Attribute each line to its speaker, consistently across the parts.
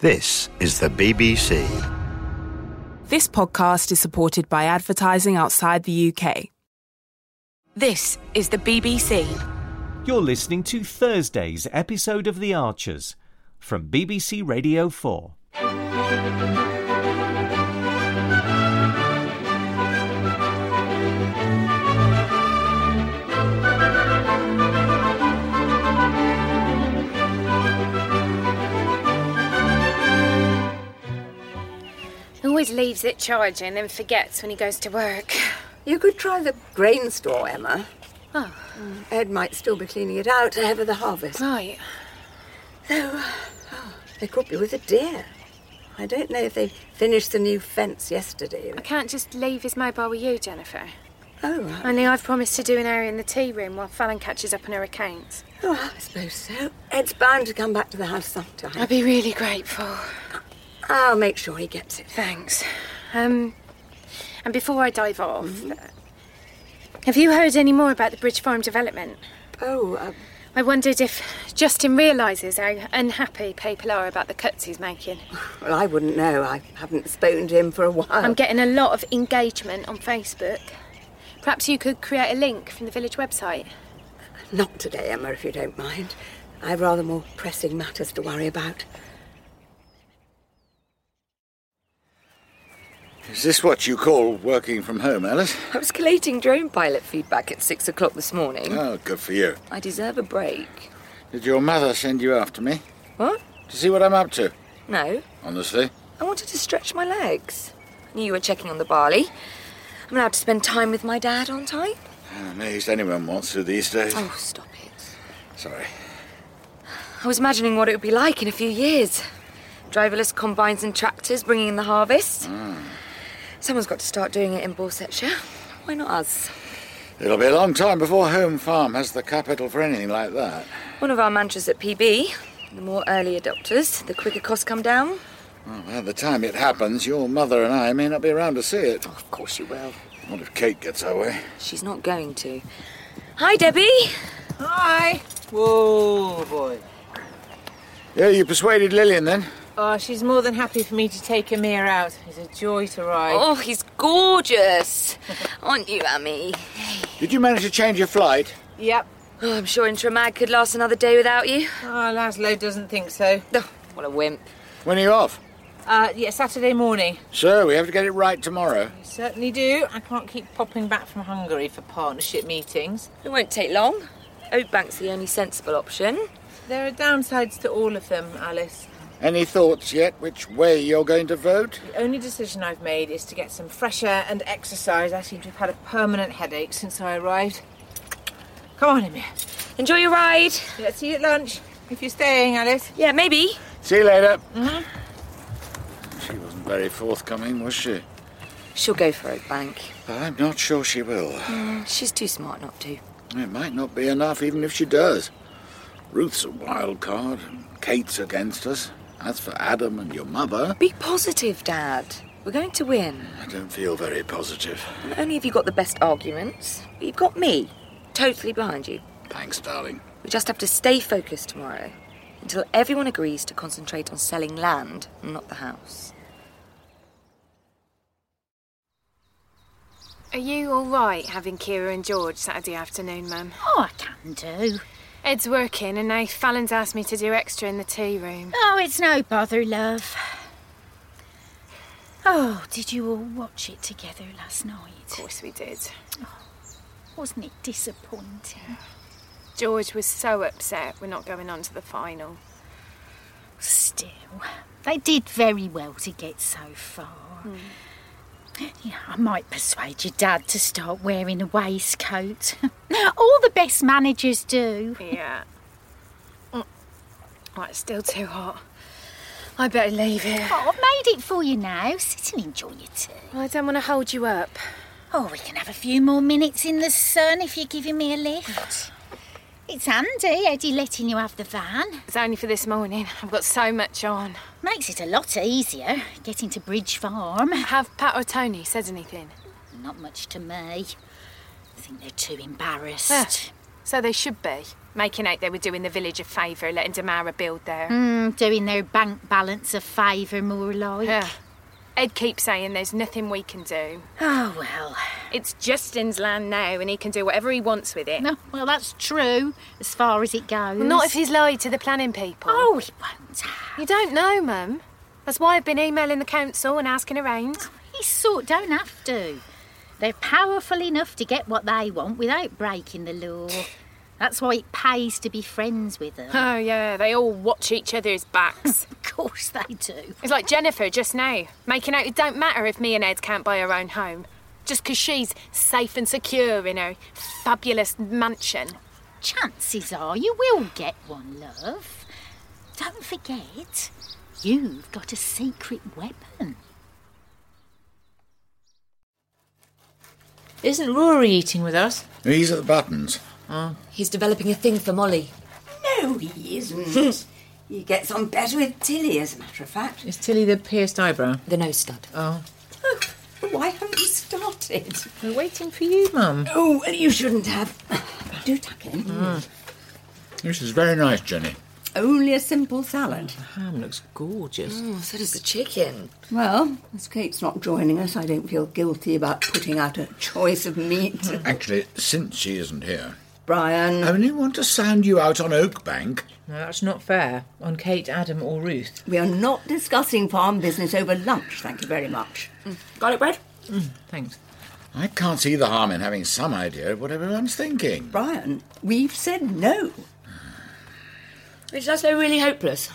Speaker 1: This is the BBC.
Speaker 2: This podcast is supported by advertising outside the UK.
Speaker 3: This is the BBC.
Speaker 4: You're listening to Thursday's episode of The Archers from BBC Radio 4.
Speaker 5: Always leaves it charging and then forgets when he goes to work.
Speaker 6: You could try the grain store, Emma. Mm,
Speaker 5: Oh.
Speaker 6: Ed might still be cleaning it out ahead of the harvest.
Speaker 5: Right.
Speaker 6: Though, oh, they could be with a deer. I don't know if they finished the new fence yesterday.
Speaker 5: I can't just leave his mobile with you, Jennifer.
Speaker 6: Oh, right.
Speaker 5: Only I've promised to do an hour in the tea room while Fallon catches up on her accounts.
Speaker 6: oh, I suppose so. Ed's bound to come back to the house sometime.
Speaker 5: I'd be really grateful.
Speaker 6: I'll make sure he gets it.
Speaker 5: Thanks. Um, and before I dive off, have you heard any more about the Bridge Farm development?
Speaker 6: Oh, uh,
Speaker 5: I wondered if Justin realises how unhappy people are about the cuts he's making.
Speaker 6: well, I wouldn't know. I haven't spoken to him for a while.
Speaker 5: I'm getting a lot of engagement on Facebook. Perhaps you could create a link from the village website.
Speaker 6: Not today, Emma, if you don't mind. I've rather more pressing matters to worry about.
Speaker 7: Is this what you call working from home, Alice?
Speaker 8: I was collating drone pilot feedback at six o'clock this
Speaker 6: Uh.
Speaker 8: morning.
Speaker 7: Oh, good for you.
Speaker 8: I deserve a break.
Speaker 7: Did your mother send you after me?
Speaker 8: What?
Speaker 7: To see what I'm up to?
Speaker 8: No.
Speaker 7: Honestly?
Speaker 8: I wanted to stretch my legs. I knew you were checking on the barley. I'm allowed to spend time with my dad, aren't I?
Speaker 7: I'm amazed anyone wants to these days.
Speaker 8: Oh, stop it.
Speaker 7: Sorry.
Speaker 8: I was imagining what it would be like in a few years. Driverless combines and tractors bringing in the harvest. Someone's got to start doing it in Borsetshire. Why not us?
Speaker 7: It'll be a long time before Home Farm has the capital for anything like that.
Speaker 8: One of our mantras at PB the more early adopters, the quicker costs come down.
Speaker 7: Well, Oh, by the time it happens, your mother and I may not be around to see it.
Speaker 8: Oh, Of course you will.
Speaker 7: What if Kate gets her way?
Speaker 8: She's not going to. Hi, Debbie.
Speaker 9: Hi. Whoa, boy.
Speaker 7: Yeah, you persuaded Lillian then?
Speaker 9: Oh, she's more than happy for me to take Amir out. It's a joy to ride.
Speaker 8: Oh, he's gorgeous. Aren't you, Amy?
Speaker 7: Did you manage to change your flight?
Speaker 9: Yep.
Speaker 8: Oh, I'm sure Intramag could last another day without you.
Speaker 9: Oh, Laszlo doesn't think so.
Speaker 8: Oh, what a wimp.
Speaker 7: When are you off?
Speaker 9: Uh, yeah, Saturday morning.
Speaker 7: Sir, we have to get it right tomorrow.
Speaker 9: I certainly do. I can't keep popping back from Hungary for partnership meetings.
Speaker 8: It won't take long. Oatbank's the only sensible option.
Speaker 9: There are downsides to all of them, Alice.
Speaker 7: Any thoughts yet which way you're going to vote?
Speaker 9: The only decision I've made is to get some fresh air and exercise. I seem to have had a permanent headache since I arrived. Come on, Amir.
Speaker 8: Enjoy your ride.
Speaker 9: Let's eat at lunch. If you're staying, Alice.
Speaker 8: Yeah, maybe.
Speaker 7: See you later. Mm-hmm. She wasn't very forthcoming, was she?
Speaker 8: She'll go for Oatbank.
Speaker 7: I'm not sure she will.
Speaker 8: She's too smart not to.
Speaker 7: It might not be enough, even if she does. Ruth's a wild card, and Kate's against us. As for Adam and your mother,
Speaker 8: Be positive, Dad. We're going to win.
Speaker 7: I don't feel very positive.
Speaker 8: Not only have you got the best arguments, but you've got me. Totally behind you.
Speaker 7: Thanks, darling.
Speaker 8: We just have to stay focused tomorrow until everyone agrees to concentrate on selling land, not the house.
Speaker 5: Are you all right having Kira and George Saturday afternoon, Mum?
Speaker 10: Oh, I can do.
Speaker 5: Ed's working, and now Fallon's asked me to do extra in the tea room.
Speaker 10: Oh, it's no bother, love. Oh, did you all watch it together last
Speaker 5: Of
Speaker 10: night?
Speaker 5: course, we did.
Speaker 10: Wasn't it disappointing?
Speaker 5: George was so upset we're not going on to the final.
Speaker 10: Still, they did very well to get so far. Yeah, I might persuade your dad to start wearing a waistcoat. all the best managers do.
Speaker 5: Yeah. Mm. Right, it's still too hot. I better leave here.
Speaker 10: Oh, I've made it for you now. Sit and enjoy your tea.
Speaker 5: I don't want to hold you up.
Speaker 10: Oh, we can have a few more minutes in the sun if you're giving me a lift. It's handy, Eddie, letting you have the van.
Speaker 5: It's only for this morning. I've got so much on.
Speaker 10: Makes it a lot easier getting to Bridge Farm.
Speaker 5: Have Pat or Tony said anything?
Speaker 10: Not much to me. I think they're too embarrassed.
Speaker 5: Ah, so they should be. making out they were doing the village a favour, letting Damara build there.
Speaker 10: Mm, doing their bank balance a favour, more like.
Speaker 5: Yeah. Ed keeps saying there's nothing we can do.
Speaker 10: Oh, well.
Speaker 5: It's Justin's land now, and he can do whatever he wants with it.
Speaker 10: No, well, that's true, as far as it goes.
Speaker 5: Well, not if he's lied to the planning people.
Speaker 10: Oh, he won't.
Speaker 5: You don't know, Mum. That's why I've been emailing the council and asking around.
Speaker 10: He sort don't have to. They're powerful enough to get what they want without breaking the law. That's why it pays to be friends with them.
Speaker 5: Oh, yeah, they all watch each other's backs.
Speaker 10: of course they do.
Speaker 5: It's like Jennifer just now, making out it don't matter if me and Ed can't buy our own home, just 'cause she's safe and secure in her fabulous mansion.
Speaker 10: Chances are you will get one, love. Don't forget, you've got a secret weapon.
Speaker 11: Isn't Rory eating with us?
Speaker 7: These are the buttons.
Speaker 11: Oh, he's developing a thing for Molly.
Speaker 6: No, he isn't. he gets on better with Tilly, as a matter of fact.
Speaker 11: Is Tilly the pierced eyebrow? The nose stud. Oh.
Speaker 6: Why haven't you started?
Speaker 11: We're waiting for you, Mum.
Speaker 6: Oh, well, you shouldn't have. Do tuck in.
Speaker 8: Hmm.
Speaker 7: This is very nice, Jenny.
Speaker 6: Only a simple salad.
Speaker 11: Ham looks gorgeous.
Speaker 8: Oh, so does the chicken.
Speaker 6: Well, as Kate's not joining us, I don't feel guilty about putting out a choice of meat.
Speaker 7: Actually, since she isn't here,
Speaker 6: Brian.
Speaker 7: I only want to sound you out on Oak Bank.
Speaker 11: No, that's not fair. On Kate, Adam, or Ruth.
Speaker 6: We are not discussing farm business over lunch, thank you very much. Garlic bread?
Speaker 11: Thanks.
Speaker 7: I can't see the harm in having some idea of what everyone's thinking.
Speaker 6: Brian, we've said no.
Speaker 11: Is that so really hopeless?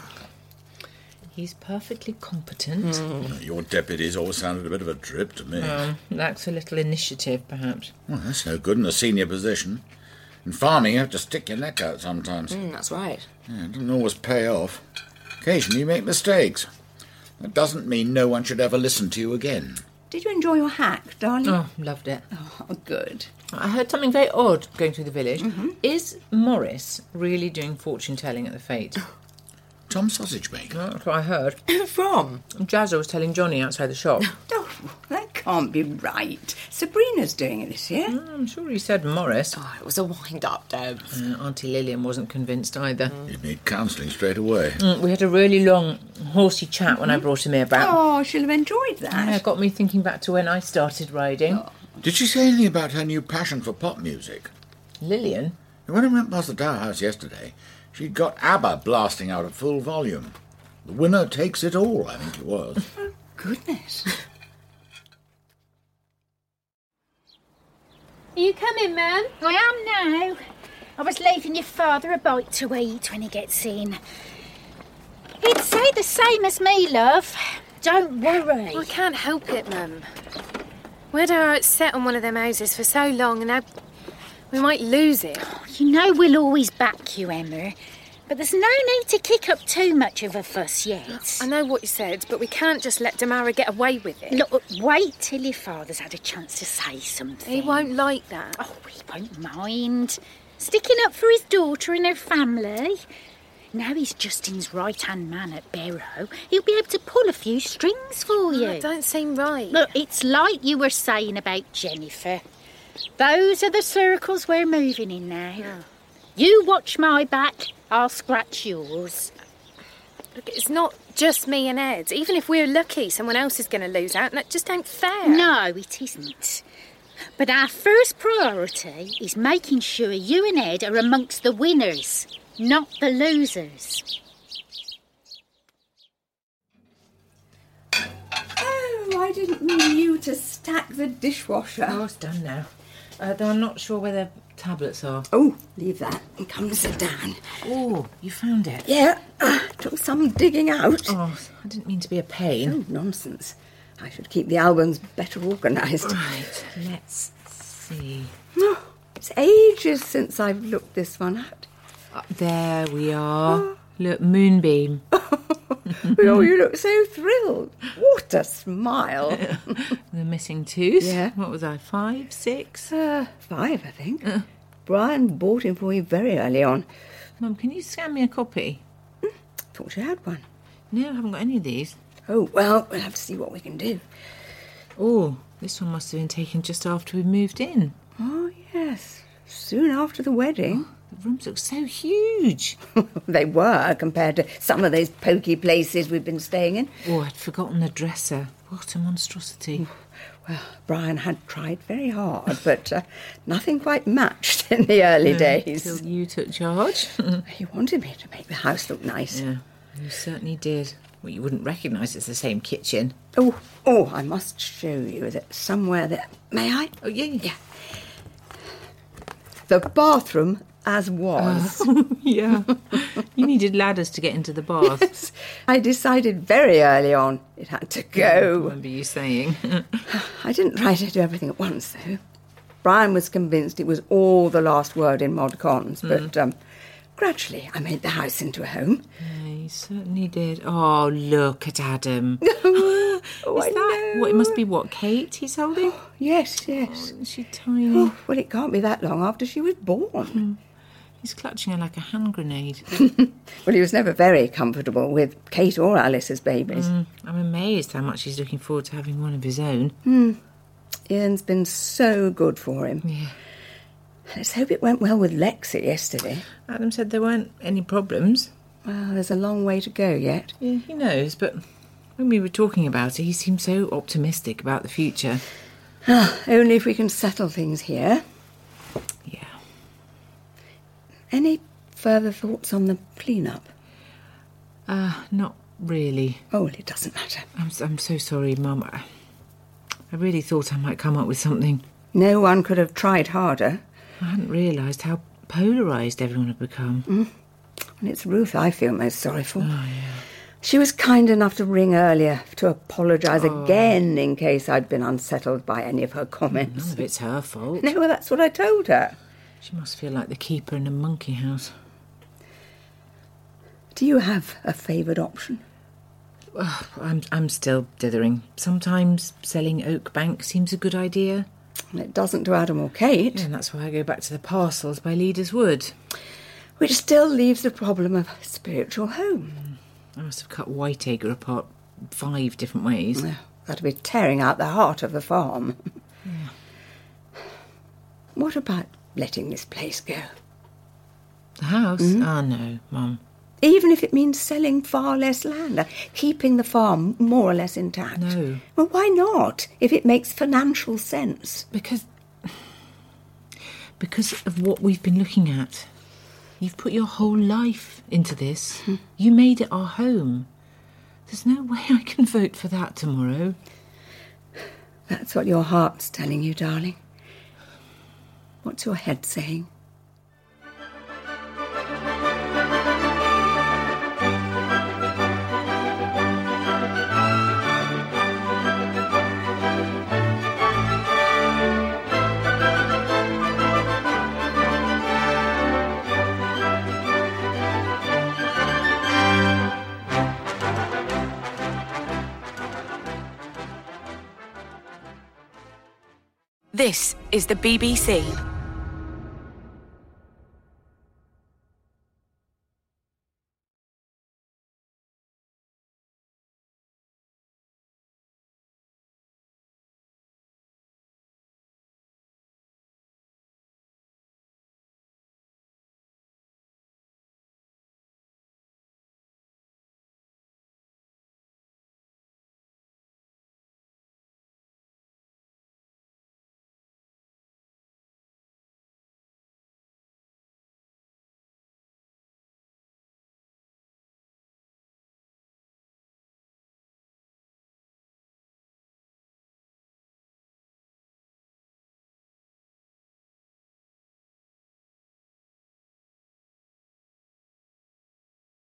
Speaker 11: He's perfectly competent.
Speaker 7: Your deputies all sounded a bit of a drip to me.
Speaker 11: Um, lacks a little initiative, perhaps.
Speaker 7: Well, that's no good in a senior position. In farming, you have to stick your neck out sometimes.
Speaker 11: Mm, that's right.
Speaker 7: Yeah, it doesn't always pay off. Occasionally, you make mistakes. That doesn't mean no one should ever listen to you again.
Speaker 6: Did you enjoy your hack, darling?
Speaker 11: Oh, Mm-hmm. loved it.
Speaker 6: Oh, good.
Speaker 11: I heard something very odd going through the village. Is Morris really doing fortune telling at the fete?
Speaker 7: Tom Sausage Maker?
Speaker 11: That's what I heard.
Speaker 6: From?
Speaker 11: Jazza was telling Johnny outside the shop.
Speaker 6: Oh, That can't be right. Sabrina's doing it this year.
Speaker 8: Hmm.
Speaker 11: I'm sure he said Morris.
Speaker 6: Oh.
Speaker 8: Oh, It was a wind up, Deb.
Speaker 11: Uh, Auntie Lillian wasn't convinced either.
Speaker 7: You'd need counselling straight away.
Speaker 11: Mm, We had a really long, horsey chat when I brought him here back.
Speaker 6: Mm-hmm. Oh, she'll have enjoyed that.
Speaker 11: Yeah, it got me thinking back to when I started riding.
Speaker 6: Oh.
Speaker 7: Did she say anything about her new passion for pop music?
Speaker 11: Lillian?
Speaker 7: When I went past the Dower House yesterday, she'd got ABBA blasting out at full volume. The winner takes it all, I think it was.
Speaker 6: Goodness.
Speaker 5: Are you coming, Mum?
Speaker 10: I am now. I was leaving your father a bite to eat when he gets in. He'd say the same as me, love. Don't worry.
Speaker 5: I can't help it, Mum. We're out set on one of them houses for so long, and now we might lose it.
Speaker 10: You know we'll always back you, Emma. But there's no need to kick up too much of a fuss yet.
Speaker 5: I know what you said, but we can't just let Damara get away with it.
Speaker 10: Look, wait till your father's had a chance to say something.
Speaker 5: he won't like that.
Speaker 10: Oh, he won't mind. Sticking up for his daughter and her family. Now he's Justin's right hand man at Barrow. He'll be able to pull a few strings for you.
Speaker 5: That don't seem right.
Speaker 10: Look, it's like you were saying about Jennifer. Those are the circles we're moving in now. You watch my back, I'll scratch yours.
Speaker 5: Look, it's not just me and Ed. Even if we're lucky, someone else is going to lose out, and that just ain't fair.
Speaker 10: No, it isn't. But our first priority is making sure you and Ed are amongst the winners, not the losers.
Speaker 6: oh, I didn't mean you to stack the dishwasher.
Speaker 11: Oh, it's done now. Uh, though I'm not sure where their tablets are.
Speaker 6: Oh, leave that and come sit down.
Speaker 11: Oh, you found it.
Speaker 6: Yeah, ah, took some digging out.
Speaker 11: Oh, I didn't mean to be a pain.
Speaker 6: Oh, nonsense. I should keep the albums better organised.
Speaker 11: Right, let's see.
Speaker 6: Oh, it's ages since I've looked this one at. Uh.
Speaker 11: Up there we are. Look, Moonbeam.
Speaker 6: oh, you look so thrilled. What a smile.
Speaker 11: The missing tooth.
Speaker 6: Yeah.
Speaker 11: What was I? Five, six?
Speaker 6: Uh, five, I think. Brian bought him for me very early on.
Speaker 11: Mum, can you scan me a copy?
Speaker 6: Thought you had one.
Speaker 11: No, I haven't got any of these.
Speaker 6: Oh, well, we'll have to see what we can do.
Speaker 11: Oh, this one must have been taken just after we moved in.
Speaker 6: Oh, yes. Soon after the wedding.
Speaker 11: The rooms look so huge.
Speaker 6: they were compared to some of those poky places we've been staying in.
Speaker 11: Oh, I'd forgotten the dresser. What a monstrosity.
Speaker 6: Well, Brian had tried very hard, but uh, nothing quite matched in the early
Speaker 11: No,
Speaker 6: days.
Speaker 11: till you took charge.
Speaker 6: he wanted me to make the house look nice.
Speaker 11: Yeah, you certainly did. Well, you wouldn't recognise it's the same kitchen.
Speaker 6: Oh, oh, I must show you that somewhere there. May I?
Speaker 11: Oh, yeah. Yeah.
Speaker 6: The bathroom as was.
Speaker 11: yeah. you needed ladders to get into the bath.
Speaker 6: Yes, I decided very early on it had to
Speaker 11: I
Speaker 6: go.
Speaker 11: remember you saying.
Speaker 6: I didn't try to do everything at once, though. Brian was convinced it was all the last word in mod cons,
Speaker 11: Hmm.
Speaker 6: but um, gradually I made the house into a home.
Speaker 11: yeah, you certainly did. Oh, look at Adam.
Speaker 6: Oh,
Speaker 11: Is
Speaker 6: I
Speaker 11: that
Speaker 6: know.
Speaker 11: what it must be? What Kate he's holding?
Speaker 6: Yes, yes.
Speaker 11: Isn't she tiny?
Speaker 6: Oh, well, it can't be that long after she was born.
Speaker 11: He's clutching her like a hand grenade.
Speaker 6: Well, he was never very comfortable with Kate or Alice's babies.
Speaker 11: I'm amazed how much he's looking forward to having one of his own.
Speaker 6: Ian's been so good for him.
Speaker 11: Yeah.
Speaker 6: Let's hope it went well with Lexi yesterday.
Speaker 11: Adam said there weren't any problems.
Speaker 6: Well, there's a long way to go yet.
Speaker 11: Yeah, he knows, but when we were talking about it, he seemed so optimistic about the future.
Speaker 6: Only if we can settle things here.
Speaker 11: Yeah.
Speaker 6: Any further thoughts on the clean-up?
Speaker 11: Uh, not really.
Speaker 6: Oh, well, it doesn't matter.
Speaker 11: I'm, s- I'm so sorry, Mum. I I really thought I might come up with something.
Speaker 6: No one could have tried harder.
Speaker 11: I hadn't realised how polarised everyone had become.
Speaker 6: And it's Ruth I feel most sorry for. She was kind enough to ring earlier to apologise again in case I'd been unsettled by any of her
Speaker 11: None
Speaker 6: comments.
Speaker 11: of it's her fault.
Speaker 6: No, well, that's what I told her.
Speaker 11: She must feel like the keeper in a monkey house.
Speaker 6: Do you have a favoured option?
Speaker 11: Ugh, I'm, I'm still dithering. Sometimes selling Oak Bank seems a good idea.
Speaker 6: It doesn't to Adam or Kate,
Speaker 11: And that's why I go back to the parcels by Leaders Wood.
Speaker 6: which still leaves the problem of spiritual home.
Speaker 11: I must have cut Whiteacre apart five different ways.
Speaker 6: Mm. That'd be tearing out the heart of the farm. What about letting this place go?
Speaker 11: The house? Ah, no, Mum.
Speaker 6: Even if it means selling far less land, uh, keeping the farm more or less intact.
Speaker 11: No.
Speaker 6: Well, why not? If it makes financial sense.
Speaker 11: Because. Because of what we've been looking at. You've put your whole life into this. You made it our home. There's no way I can vote for that tomorrow.
Speaker 6: That's what your heart's telling you, darling. What's your head saying?
Speaker 3: This is the BBC.